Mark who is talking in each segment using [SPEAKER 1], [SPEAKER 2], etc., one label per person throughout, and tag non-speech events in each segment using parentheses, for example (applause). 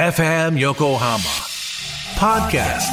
[SPEAKER 1] FM Yokohama Podcast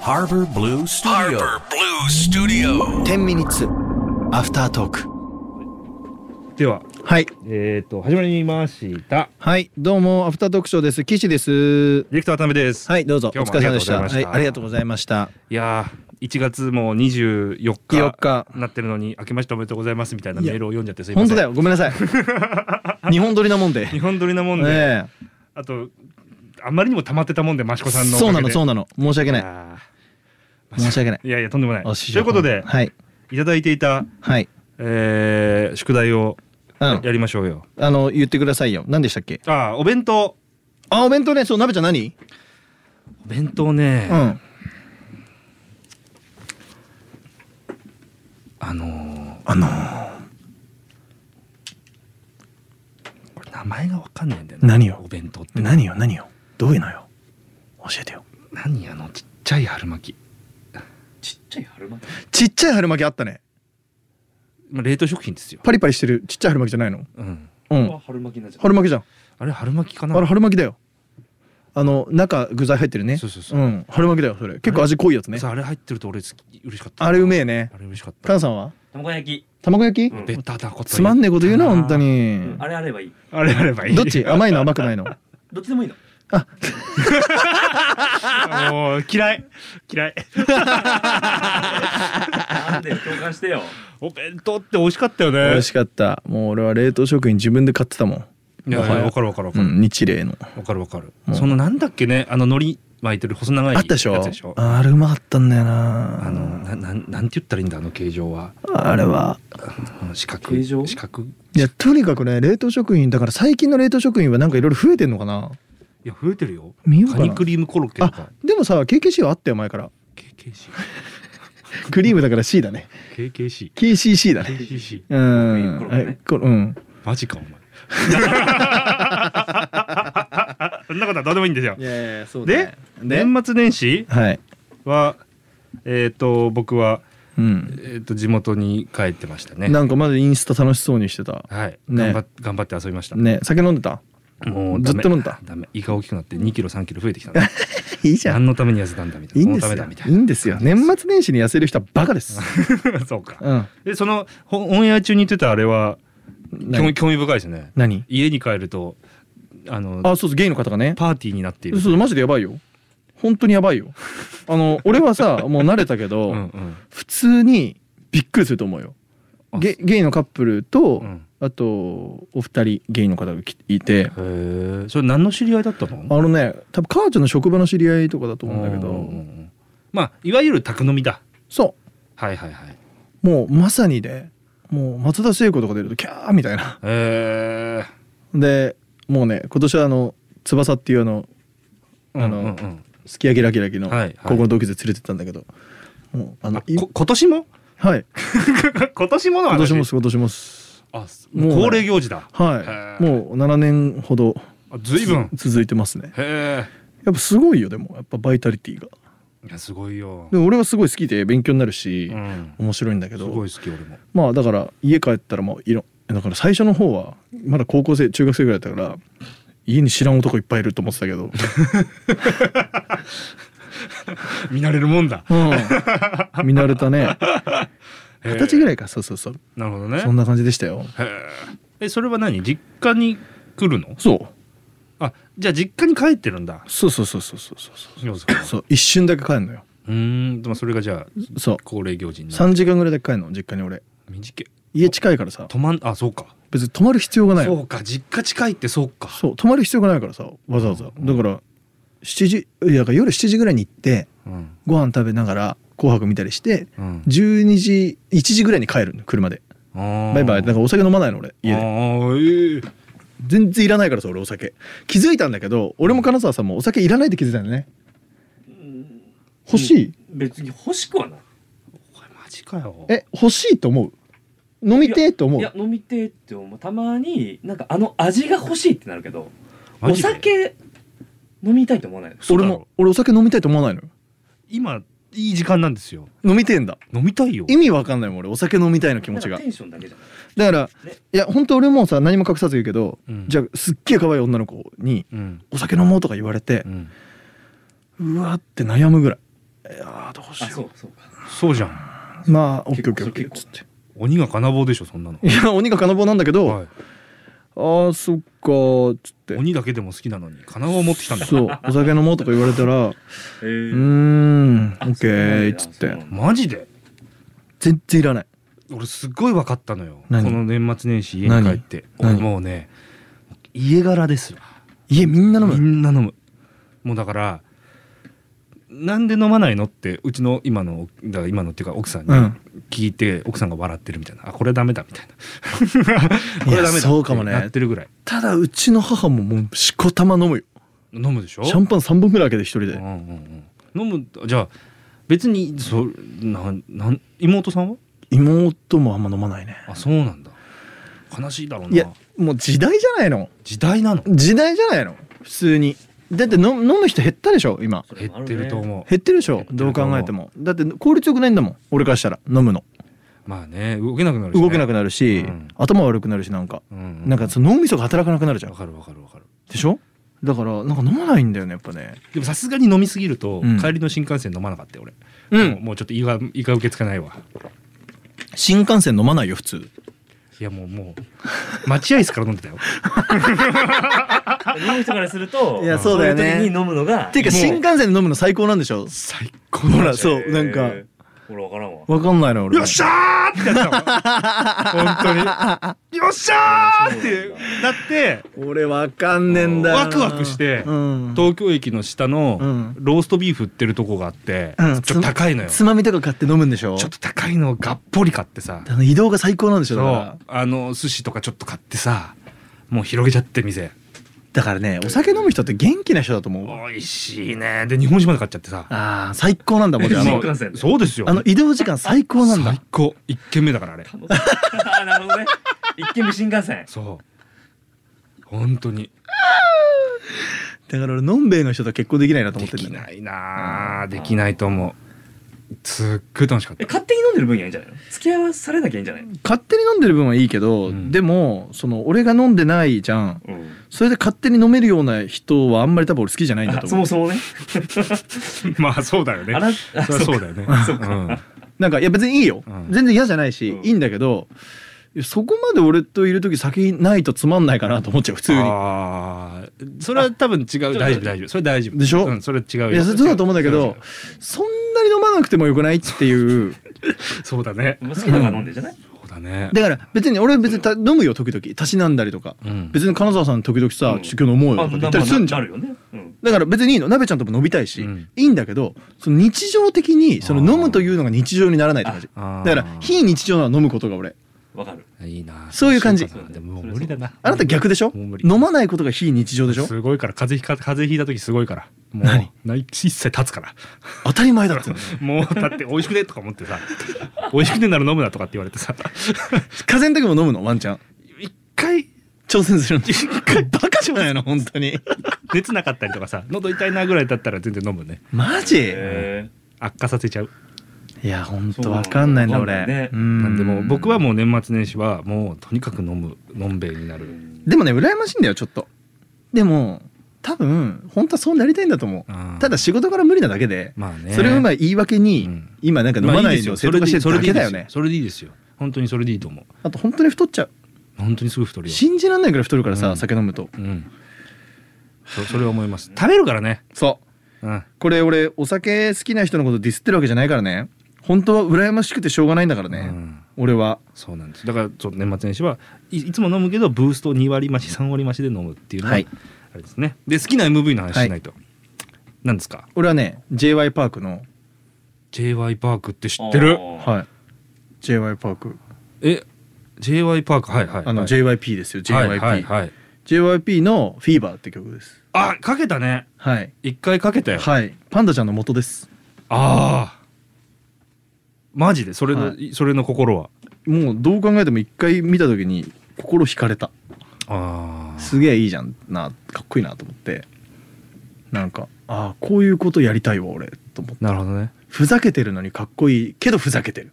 [SPEAKER 1] Harbor Blue Studio
[SPEAKER 2] Harbor Blue Studio.
[SPEAKER 3] 10ミニッツアフタートーク
[SPEAKER 4] では、
[SPEAKER 3] はい
[SPEAKER 4] えっ、と、始まりました。
[SPEAKER 3] はいどうもアフタートークショーです岸です
[SPEAKER 4] ディレクター渡辺です。
[SPEAKER 3] はいどうぞお
[SPEAKER 4] 今日
[SPEAKER 3] 疲
[SPEAKER 4] も
[SPEAKER 3] れ様でした
[SPEAKER 4] ありがとうございました
[SPEAKER 3] はい、ありがとうございました
[SPEAKER 4] いやー、1月も24日
[SPEAKER 3] 4日
[SPEAKER 4] なってるのに、明けましておめでとうございますみたいなメールを読んじゃってすいませ
[SPEAKER 3] 本当
[SPEAKER 4] ん。
[SPEAKER 3] だ。よごめんなさい
[SPEAKER 4] (laughs)
[SPEAKER 3] 日本撮りなもんで
[SPEAKER 4] 日本撮りなもんで、
[SPEAKER 3] え
[SPEAKER 4] あと、あまりにも溜まってたもんで、益子さんの
[SPEAKER 3] そうなのそううなの申し訳ない
[SPEAKER 4] な (laughs)
[SPEAKER 3] 申し訳ない
[SPEAKER 4] いやいや、とんでもない。と
[SPEAKER 3] お師匠
[SPEAKER 4] いうことで、
[SPEAKER 3] はい
[SPEAKER 4] いただいていた、
[SPEAKER 3] はい
[SPEAKER 4] えー宿題を
[SPEAKER 3] うん
[SPEAKER 4] やりましょうよ。
[SPEAKER 3] あの言ってくださいよ何でしたっけ
[SPEAKER 4] あー、お弁当。
[SPEAKER 3] あお弁当ねそう鍋ちゃん何
[SPEAKER 4] お弁当ね、
[SPEAKER 3] うん
[SPEAKER 4] あのー、
[SPEAKER 3] あの
[SPEAKER 4] これ名前がわかんないんだよ
[SPEAKER 3] 何よ
[SPEAKER 4] お弁当って。
[SPEAKER 3] 何よ何よどういうのよ教えてよ
[SPEAKER 4] 何あの、ちっちゃい春巻き。
[SPEAKER 3] ちっちゃい春巻きあったね
[SPEAKER 4] まあ、冷凍食品ですよ。
[SPEAKER 3] パリパリしてるちっちゃい春巻きじゃないの
[SPEAKER 4] うん。
[SPEAKER 3] うん
[SPEAKER 4] 春巻きなじゃ
[SPEAKER 3] 春巻きじゃん
[SPEAKER 4] あれ春巻きかな
[SPEAKER 3] あれ春巻きだよあの中具材入ってるね
[SPEAKER 4] そうそうそう
[SPEAKER 3] うん、春巻きだよそれ結構味濃いやつね
[SPEAKER 4] さあれ入ってると俺好き嬉しかった
[SPEAKER 3] あれうめえね
[SPEAKER 4] あれ嬉しかった
[SPEAKER 3] カンさんは
[SPEAKER 5] 卵焼き、
[SPEAKER 3] 卵焼き、
[SPEAKER 5] うん
[SPEAKER 4] ベタなこと
[SPEAKER 3] つまんねえこと言うな本当に、
[SPEAKER 5] あれあればいい
[SPEAKER 4] あれあればいい
[SPEAKER 3] どっ
[SPEAKER 4] (laughs)
[SPEAKER 3] ち甘いの甘くないの
[SPEAKER 5] どっちでもいいの
[SPEAKER 4] もう嫌い嫌い
[SPEAKER 5] (laughs) なんで共感してよ
[SPEAKER 4] お弁当って美味しかったよ
[SPEAKER 3] 美
[SPEAKER 4] ね
[SPEAKER 3] 味しかったもう俺は冷凍食品自分で買ってたもん
[SPEAKER 4] いやいやわかるわかるわ
[SPEAKER 3] う
[SPEAKER 4] かる
[SPEAKER 3] ん日霊の
[SPEAKER 4] わかるわかる
[SPEAKER 3] うん
[SPEAKER 4] そのなんだっけねあの海苔巻いてる細長い
[SPEAKER 3] あったでしょ
[SPEAKER 4] やつでしょ
[SPEAKER 3] ああれうまかったんだよな
[SPEAKER 4] あのななんなんて言ったらいいんだあの形状は
[SPEAKER 3] あれは
[SPEAKER 4] あの四角
[SPEAKER 5] 形状
[SPEAKER 4] 四角い
[SPEAKER 3] いやとにかくね冷凍食品だから最近の冷凍食品はなんかいろいろ増えてんのかな
[SPEAKER 4] や増えてるよ
[SPEAKER 3] 見よう
[SPEAKER 4] カ
[SPEAKER 3] か
[SPEAKER 4] ニ
[SPEAKER 3] な
[SPEAKER 4] クリームコロッケと
[SPEAKER 3] あ
[SPEAKER 4] か
[SPEAKER 3] でもさ KKC はあったよ前から
[SPEAKER 4] KKC
[SPEAKER 3] クリームだから C だね
[SPEAKER 4] KKC
[SPEAKER 3] KCC だね
[SPEAKER 4] KKC
[SPEAKER 3] うん
[SPEAKER 5] クリームコロッケね
[SPEAKER 3] えこれうん
[SPEAKER 4] マジかお前そんなことはどうでもいいんですよ
[SPEAKER 3] いやいやそう
[SPEAKER 4] で
[SPEAKER 3] で
[SPEAKER 4] 年末年始
[SPEAKER 3] はい
[SPEAKER 4] はえっ、と僕は、
[SPEAKER 3] うん
[SPEAKER 4] えー、と地元に帰ってましたね
[SPEAKER 3] なんかまだインスタ楽しそうにしてた
[SPEAKER 4] はい、
[SPEAKER 3] ね
[SPEAKER 4] 頑張っ頑張って遊びました、
[SPEAKER 3] ね酒飲んでた
[SPEAKER 4] もうダ
[SPEAKER 3] ずっ
[SPEAKER 4] メ
[SPEAKER 3] と飲んだ
[SPEAKER 4] ダメ胃が大きくなって2キロ3キロ増えてきたんだ
[SPEAKER 3] (laughs) いい (laughs) じ
[SPEAKER 4] 何のために痩せたんだみた
[SPEAKER 3] い
[SPEAKER 4] い
[SPEAKER 3] い
[SPEAKER 4] なん
[SPEAKER 3] で
[SPEAKER 4] こ
[SPEAKER 3] す
[SPEAKER 4] の
[SPEAKER 3] よ
[SPEAKER 4] ためだ
[SPEAKER 3] いいんですよ年
[SPEAKER 4] 感
[SPEAKER 3] 末年始に痩せる人はバカです
[SPEAKER 4] じです (laughs) そうか
[SPEAKER 3] うん
[SPEAKER 4] でそのほオンエア中に言ってたあれは興味
[SPEAKER 3] 何
[SPEAKER 4] 興味深いですね
[SPEAKER 3] 何
[SPEAKER 4] 家に帰るとあの
[SPEAKER 3] あそうそうゲイの方がね
[SPEAKER 4] パーティーになってい
[SPEAKER 3] そう
[SPEAKER 4] る
[SPEAKER 3] そうマジでやばいよ本当にやばい (laughs) よあの俺はさもう慣れたけど、
[SPEAKER 4] うんうん
[SPEAKER 3] 普通にびっくりすると思うよ
[SPEAKER 4] あ
[SPEAKER 3] ゲゲイのカップルと、
[SPEAKER 4] うん
[SPEAKER 3] あとお二人ゲイの方が来いて、
[SPEAKER 4] へえそれ何の知り合いだったの
[SPEAKER 3] あのね多分母ちゃんの職場の知り合いとかだと思うんだけ
[SPEAKER 4] う
[SPEAKER 3] ど
[SPEAKER 4] んうんうんまあいわゆる宅飲みだ
[SPEAKER 3] そ
[SPEAKER 4] はいはいはいへ
[SPEAKER 3] うもうまさにでもう松田聖子とか出るとキャーみたいな
[SPEAKER 4] え
[SPEAKER 3] でもうね今年はあの翼っていうあの
[SPEAKER 4] うん
[SPEAKER 3] あ
[SPEAKER 4] うんう
[SPEAKER 3] の
[SPEAKER 4] ん
[SPEAKER 3] すき焼きラキラキの
[SPEAKER 4] はいはい
[SPEAKER 3] 高校の同級生連れてったんだけど、もうあの
[SPEAKER 4] あ
[SPEAKER 3] い
[SPEAKER 4] こ今年も
[SPEAKER 3] はい
[SPEAKER 4] 今年もの
[SPEAKER 3] (laughs) 今
[SPEAKER 4] 話
[SPEAKER 3] 年もっす今年もっす
[SPEAKER 4] あ
[SPEAKER 3] も
[SPEAKER 4] も
[SPEAKER 3] う
[SPEAKER 4] う恒例行事だ
[SPEAKER 3] は
[SPEAKER 4] へ
[SPEAKER 3] い
[SPEAKER 4] え
[SPEAKER 3] もう7年ほど
[SPEAKER 4] あ随分
[SPEAKER 3] つ続いてますね
[SPEAKER 4] へ
[SPEAKER 3] やっぱすごいよでもやっぱバイタリティが
[SPEAKER 4] えいやすごいよ
[SPEAKER 3] で俺はすごい好きで勉強になるし、
[SPEAKER 4] うん
[SPEAKER 3] 面白いんだけ
[SPEAKER 4] す
[SPEAKER 3] ど
[SPEAKER 4] ごい好き俺も
[SPEAKER 3] まあだから家帰ったらもういろだから最初の方はまだ高校生中学生ぐらいだったから家に知らん男いっぱいいると思ってたけど、
[SPEAKER 4] 見慣れるもんだ
[SPEAKER 3] うん、見慣れた
[SPEAKER 4] (laughs)
[SPEAKER 3] ね二十歳ぐ
[SPEAKER 4] い
[SPEAKER 3] らいかそうそうそう
[SPEAKER 4] なるほどね
[SPEAKER 3] そんな感じでしたよ
[SPEAKER 4] へええそれは何実家に来るの
[SPEAKER 3] そう
[SPEAKER 4] あじゃあ実家に帰ってるんだ
[SPEAKER 3] そうそうそうそうそうそうそう
[SPEAKER 4] 要素が
[SPEAKER 3] そう一瞬だけ帰るのよ
[SPEAKER 4] うーんでもそれがじゃあ
[SPEAKER 3] そう
[SPEAKER 4] 恒例行事になる
[SPEAKER 3] 3時間ぐらいだけ帰るの実家に俺
[SPEAKER 4] 短い
[SPEAKER 3] 家近いからさ
[SPEAKER 4] 泊まんあそうか
[SPEAKER 3] 別に泊まる必要がない
[SPEAKER 4] そ
[SPEAKER 3] の
[SPEAKER 4] うか実家近いってそうか
[SPEAKER 3] そう泊まる必要がないからさわざわざ
[SPEAKER 4] うん
[SPEAKER 3] だから7時いやだから夜7時ぐらいに行って
[SPEAKER 4] うん
[SPEAKER 3] ご飯食べながら「紅白」見たりして
[SPEAKER 4] うん
[SPEAKER 3] 12時1時ぐらいに帰るの車で
[SPEAKER 4] バ
[SPEAKER 3] バイバイだからお酒飲まないの俺家
[SPEAKER 4] あ
[SPEAKER 3] で
[SPEAKER 4] ーええ
[SPEAKER 3] 全然いらないからさ俺お酒気づいたんだけど俺も金沢さんもお酒いらないって気づいたんだよね欲しい
[SPEAKER 5] 別に欲しくはない
[SPEAKER 4] これマジかよ
[SPEAKER 3] え欲しいと思う飲みてえと思
[SPEAKER 5] いうや飲みてえって思うたまになんかあの味が欲しいってなるけど
[SPEAKER 4] マ
[SPEAKER 5] お
[SPEAKER 4] ジで
[SPEAKER 5] 酒飲みたいと思わないの
[SPEAKER 4] そう
[SPEAKER 3] 俺
[SPEAKER 4] だろ
[SPEAKER 3] も俺お酒飲みたいと思わないのよ
[SPEAKER 4] 今いい時間なんですよ
[SPEAKER 3] 飲みてえんだ
[SPEAKER 4] 飲みたいよ
[SPEAKER 3] 意味わかんないもん俺お酒飲みたいの気
[SPEAKER 5] な
[SPEAKER 3] 持
[SPEAKER 5] ん
[SPEAKER 3] ち
[SPEAKER 5] か
[SPEAKER 3] が
[SPEAKER 5] テンションだけじゃない
[SPEAKER 3] だから
[SPEAKER 5] ね
[SPEAKER 3] いや本当俺もさ何も隠さず言うけど、
[SPEAKER 4] うん
[SPEAKER 3] じゃあすっげえ可愛い女の子に
[SPEAKER 4] うん
[SPEAKER 3] 「お酒飲もう」とか言われて
[SPEAKER 4] う、ん
[SPEAKER 3] うわーって悩むぐらいいやーどうし
[SPEAKER 5] あそ
[SPEAKER 3] よ
[SPEAKER 5] うそうか
[SPEAKER 4] そうじゃん
[SPEAKER 3] うまあオッ
[SPEAKER 5] 結
[SPEAKER 3] ケー
[SPEAKER 5] 構
[SPEAKER 3] オッケーオッケーっつ
[SPEAKER 5] 結
[SPEAKER 3] って
[SPEAKER 4] 鬼が金棒でしょそんなの
[SPEAKER 3] いや鬼が金棒なんだけど、
[SPEAKER 4] は
[SPEAKER 3] あーそっかーっつって
[SPEAKER 4] い鬼だけでも好きなのに金棒を持ってきたんだ
[SPEAKER 3] そう
[SPEAKER 4] (laughs)
[SPEAKER 3] お酒飲もうとか言われたら「う
[SPEAKER 5] へ
[SPEAKER 3] ー
[SPEAKER 5] ー
[SPEAKER 3] んオ
[SPEAKER 5] あ
[SPEAKER 3] ッケー」っつっ
[SPEAKER 5] そうなん
[SPEAKER 3] て
[SPEAKER 5] だ
[SPEAKER 4] マジで
[SPEAKER 3] 全然いらない
[SPEAKER 4] 俺すっごい分かったのよこ
[SPEAKER 3] 何
[SPEAKER 4] の年末年始家に帰って
[SPEAKER 3] 何
[SPEAKER 4] 俺もうね家柄ですよ
[SPEAKER 3] 家みんな飲
[SPEAKER 4] み
[SPEAKER 3] む
[SPEAKER 4] んな飲むもうだからなんで飲まないのってうちの今のだから今のっていうか奥さんに
[SPEAKER 3] うん
[SPEAKER 4] 聞いて、奥さんが笑ってるみたいなあこれダメだみたい
[SPEAKER 3] (laughs)
[SPEAKER 4] なこれダメだって
[SPEAKER 3] そうかもね
[SPEAKER 4] なってるぐらい
[SPEAKER 3] ただうちの母ももうしこたま飲むよ
[SPEAKER 4] 飲むでしょ
[SPEAKER 3] シャンパン3本ぐらい開けて一人
[SPEAKER 4] うん
[SPEAKER 3] で
[SPEAKER 4] うんうん、飲むじゃあ別にそなんなん妹さんは
[SPEAKER 3] 妹もあんま飲まないね
[SPEAKER 4] あそうなんだ悲しいだろう
[SPEAKER 3] いや
[SPEAKER 4] な
[SPEAKER 3] もう時代じゃないの
[SPEAKER 4] 時代なの
[SPEAKER 3] 時代じゃないの普通にだって飲む飲む人減ったでしょ今
[SPEAKER 5] それ
[SPEAKER 4] 減
[SPEAKER 5] もあ
[SPEAKER 4] っ
[SPEAKER 5] ね
[SPEAKER 4] てると思う
[SPEAKER 3] 減ってるでしょどう考えてもだって効率よくないんだもん俺からしたら飲むの
[SPEAKER 4] まあね動けなくなるし、ね、
[SPEAKER 3] 動けなくなるし、
[SPEAKER 4] うん
[SPEAKER 3] 頭悪くなるしなんか、
[SPEAKER 4] うんうん、
[SPEAKER 3] なんかその脳みそが働かなくなるじゃん
[SPEAKER 4] わかるわかるわかる
[SPEAKER 3] でしょだからなんか飲まないんだよねやっぱね
[SPEAKER 4] でもさすがに飲みすぎると、
[SPEAKER 3] うん
[SPEAKER 4] 帰りの新幹線飲まなかったよ俺、
[SPEAKER 3] う
[SPEAKER 4] もうもうちょっと胃が胃が受け付けないわ
[SPEAKER 3] 新幹線飲まないよ普通
[SPEAKER 4] いやもうもう
[SPEAKER 3] (laughs)
[SPEAKER 4] 待合室から飲んでたよ
[SPEAKER 5] 飲む人からすると
[SPEAKER 3] いやそうだよね
[SPEAKER 5] い時に飲むのが
[SPEAKER 3] ていうか
[SPEAKER 4] もう
[SPEAKER 3] 新幹線で飲むの最高なんでしょ
[SPEAKER 4] 最高
[SPEAKER 3] ほら
[SPEAKER 4] よ
[SPEAKER 3] そうなんか
[SPEAKER 5] えー俺わからんわ
[SPEAKER 3] わかんないの俺も
[SPEAKER 4] っしゃーってなったもん本当によっしゃーってなって
[SPEAKER 3] 俺わかんねえんだよな
[SPEAKER 4] ワクワクして
[SPEAKER 3] うん
[SPEAKER 4] 東京駅の下
[SPEAKER 3] う
[SPEAKER 4] の
[SPEAKER 3] ん
[SPEAKER 4] ローストビーフ売ってるとこがあって、
[SPEAKER 3] うん
[SPEAKER 4] ちょっと高いのよ
[SPEAKER 3] つ
[SPEAKER 4] ち
[SPEAKER 3] まみとか買って飲むんでしょ
[SPEAKER 4] ょっと高いのをがっぽり買ってさ
[SPEAKER 3] あの移動が最高なんでしょ
[SPEAKER 4] そ
[SPEAKER 3] だか
[SPEAKER 4] う
[SPEAKER 3] ら
[SPEAKER 4] あの寿司とかちょっと買ってさもう広げちゃって店
[SPEAKER 3] だからねお酒飲む人って元気な人だと思うわ
[SPEAKER 4] 美味しいねで日本酒まで買っちゃってさ
[SPEAKER 3] あー最高なんだもんじゃああ
[SPEAKER 5] 新
[SPEAKER 3] の
[SPEAKER 5] 幹線で
[SPEAKER 4] そうですよ
[SPEAKER 3] あの移動時間最高なんだ
[SPEAKER 4] 最高一軒目だからあれ
[SPEAKER 5] 楽しい (laughs) あーなるほどね一軒目新幹線
[SPEAKER 4] そう本当に
[SPEAKER 3] だから俺のんべえの人と結婚できないなと思
[SPEAKER 4] で
[SPEAKER 3] って
[SPEAKER 4] き
[SPEAKER 3] んだよね
[SPEAKER 4] ないなあできないと思うすっごい楽しかっ
[SPEAKER 5] え
[SPEAKER 4] た
[SPEAKER 5] 勝手に飲んでる分にはいいんじゃないの付き合わされなきゃいいんじゃないの
[SPEAKER 3] 勝手に飲んでる分はいいけど、
[SPEAKER 4] うん
[SPEAKER 3] でもその俺が飲んでないじゃん
[SPEAKER 5] うん
[SPEAKER 3] それで勝手に飲めるような人はあんまり多分俺好きじゃないんだ
[SPEAKER 5] あ
[SPEAKER 3] と
[SPEAKER 5] そ
[SPEAKER 3] 思う
[SPEAKER 5] もそもね
[SPEAKER 4] (laughs) まあそうだよね
[SPEAKER 5] あらあ
[SPEAKER 4] そりゃそうだよね
[SPEAKER 5] そう
[SPEAKER 4] うん
[SPEAKER 3] なんかいや別にいいよ、
[SPEAKER 4] うん
[SPEAKER 3] 全然嫌じゃないし、
[SPEAKER 5] うん
[SPEAKER 3] いいんだけどそこまで俺といる時酒ないとつまんないかなと思っちゃう普通に
[SPEAKER 4] あーそれは多分違う大丈夫大丈夫それ大丈夫
[SPEAKER 3] でしょ
[SPEAKER 4] うんそれ違うよ
[SPEAKER 3] いやそそうだと思うんだけどそんなに飲まなくてもよくないっていう
[SPEAKER 4] そうだね
[SPEAKER 5] 好きなのが飲んでんじゃない
[SPEAKER 4] そうだね
[SPEAKER 3] だから別に俺別にた飲むよ時々たしなんだりとか、
[SPEAKER 4] うん
[SPEAKER 3] 別に金沢さん時々さ、
[SPEAKER 5] うん
[SPEAKER 3] ちょっと今日飲もうよ
[SPEAKER 5] あ
[SPEAKER 3] とか言ったりすんじゃ
[SPEAKER 5] なんるよねうん
[SPEAKER 3] だから別にいいの鍋ちゃんとも飲みたいし、
[SPEAKER 4] うん
[SPEAKER 3] いいんだけどその日常的にその飲むというのが日常にならないって感じ
[SPEAKER 4] あ
[SPEAKER 3] だ
[SPEAKER 4] ー
[SPEAKER 3] から非日常なのは飲むことが俺
[SPEAKER 5] わかる
[SPEAKER 4] いいなあ
[SPEAKER 3] そういう感じ
[SPEAKER 4] かなでももう無理だな
[SPEAKER 3] あなた逆でしょ
[SPEAKER 4] もう無理
[SPEAKER 3] 飲まないことが非日常でしょ
[SPEAKER 4] すごいから風邪ひか風邪ひいた時すごいからもう
[SPEAKER 3] 何
[SPEAKER 4] ない一切立つから
[SPEAKER 3] 当たり前だろ
[SPEAKER 4] もうだって美味しくねとか思ってさ美味しくねなら飲むなとかって言われてさ
[SPEAKER 3] 風邪の時も飲むのワンちゃん
[SPEAKER 4] 一回
[SPEAKER 3] 挑戦するの
[SPEAKER 4] (laughs)
[SPEAKER 3] バカじゃないの本当に
[SPEAKER 4] 熱なかったりとかさ喉痛いなぐらいだったら全然飲むね
[SPEAKER 3] マジ
[SPEAKER 5] へー
[SPEAKER 4] 悪化させちゃう、
[SPEAKER 3] いや本当わかんないんだ
[SPEAKER 5] そう
[SPEAKER 3] 俺
[SPEAKER 5] わかんないね
[SPEAKER 3] うん
[SPEAKER 4] なんでもう僕はもう年末年始はもうとにかく飲む飲んべえになる
[SPEAKER 3] でもね羨ましいんだよちょっとでも多分本当はそうなりたいんだと思う
[SPEAKER 4] あー
[SPEAKER 3] ただ仕事から無理なだけで、
[SPEAKER 4] まあね
[SPEAKER 3] それをまあ言い訳に、
[SPEAKER 4] うん
[SPEAKER 3] 今なんか飲まないのを正当化してるだけだよね、
[SPEAKER 4] それでいいですよ本当にそれでいいと思う
[SPEAKER 3] あと本当に太っちゃう
[SPEAKER 4] 本当にすぐ太るよ
[SPEAKER 3] 信じらんないぐらい太るからさ、
[SPEAKER 4] うん
[SPEAKER 3] 酒飲むと
[SPEAKER 4] うんそそれは思います食べるからね
[SPEAKER 3] そう
[SPEAKER 4] うん
[SPEAKER 3] これ俺お酒好きな人のことディスってるわけじゃないからね本当は羨ましくてしょうがないんだからね、
[SPEAKER 4] うん
[SPEAKER 3] 俺は
[SPEAKER 4] そうなんですだからそう年末年始はいいつも飲むけどブースト2割増し3割増しで飲むっていうのが、
[SPEAKER 3] はい
[SPEAKER 4] あれですねで好きな MV の話しないと、なんですか
[SPEAKER 3] 俺はね j y パークの
[SPEAKER 4] j y パークって知ってる
[SPEAKER 5] あー
[SPEAKER 3] はい j y パーク
[SPEAKER 4] え j y パークはいはい
[SPEAKER 3] あの
[SPEAKER 4] はい
[SPEAKER 3] JYP ですよ JYP、
[SPEAKER 4] はいはいはい、
[SPEAKER 3] JYP の「フィーバーって曲です
[SPEAKER 4] あかけたね
[SPEAKER 3] はい
[SPEAKER 4] 一回かけたよ、
[SPEAKER 3] はいパンダちゃんの元です
[SPEAKER 4] ああマジでそれの、、
[SPEAKER 3] はい
[SPEAKER 4] それの心は
[SPEAKER 3] もうどう考えても一回見た時に心惹かれた
[SPEAKER 4] ああ
[SPEAKER 3] すげえいいじゃんなかっこいいなと思ってなんかああこういうことやりたいわ俺と思って
[SPEAKER 4] なるほどね
[SPEAKER 3] ふざけてるのにかっこいいけどふざけてる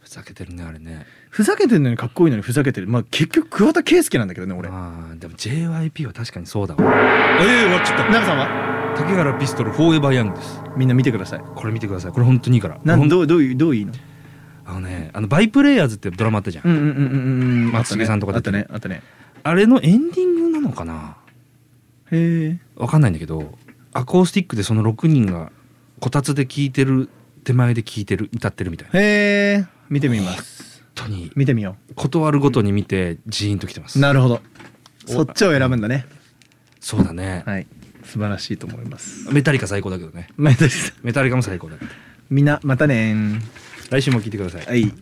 [SPEAKER 4] ふざけてるねあれね
[SPEAKER 3] ふざけてるのにかっこいいのにふざけてるまあ結局桑田佳祐なんだけどね俺
[SPEAKER 4] ああでも JYP は確かにそうだわええ終わっちゃった
[SPEAKER 3] 中さんは
[SPEAKER 4] 竹原ピストルフォーエバーヤングです
[SPEAKER 3] みんな見てください
[SPEAKER 4] これ見てくださいこれ本当にいいから
[SPEAKER 3] なん
[SPEAKER 4] ほん
[SPEAKER 3] どうどういうどういいの
[SPEAKER 4] あのねあのバイプレイヤーズってドラマあったじゃん、
[SPEAKER 3] うんうんうんうんうん
[SPEAKER 4] 松重さんとか
[SPEAKER 3] あ
[SPEAKER 4] 出
[SPEAKER 3] ってたねあったね
[SPEAKER 4] あれのエンディングなのかな
[SPEAKER 3] へえ
[SPEAKER 4] わかんないんだけどアコースティックでその6人がこたつで聴いてる手前で聴いてる歌ってるみたいな
[SPEAKER 3] へえ見てみます
[SPEAKER 4] 本当に
[SPEAKER 3] 見てみよ
[SPEAKER 4] 断るごとに見てジーンときてま
[SPEAKER 3] う
[SPEAKER 4] す
[SPEAKER 3] なるほどそっちを選ぶんだね
[SPEAKER 4] そうだね、
[SPEAKER 3] はい素晴らしいと思います
[SPEAKER 4] メタリカ最高だけどね
[SPEAKER 3] まあ大丈夫です
[SPEAKER 4] メタリカも最高だけど
[SPEAKER 3] みんなまたねー
[SPEAKER 4] 来週も聴いてください
[SPEAKER 3] はい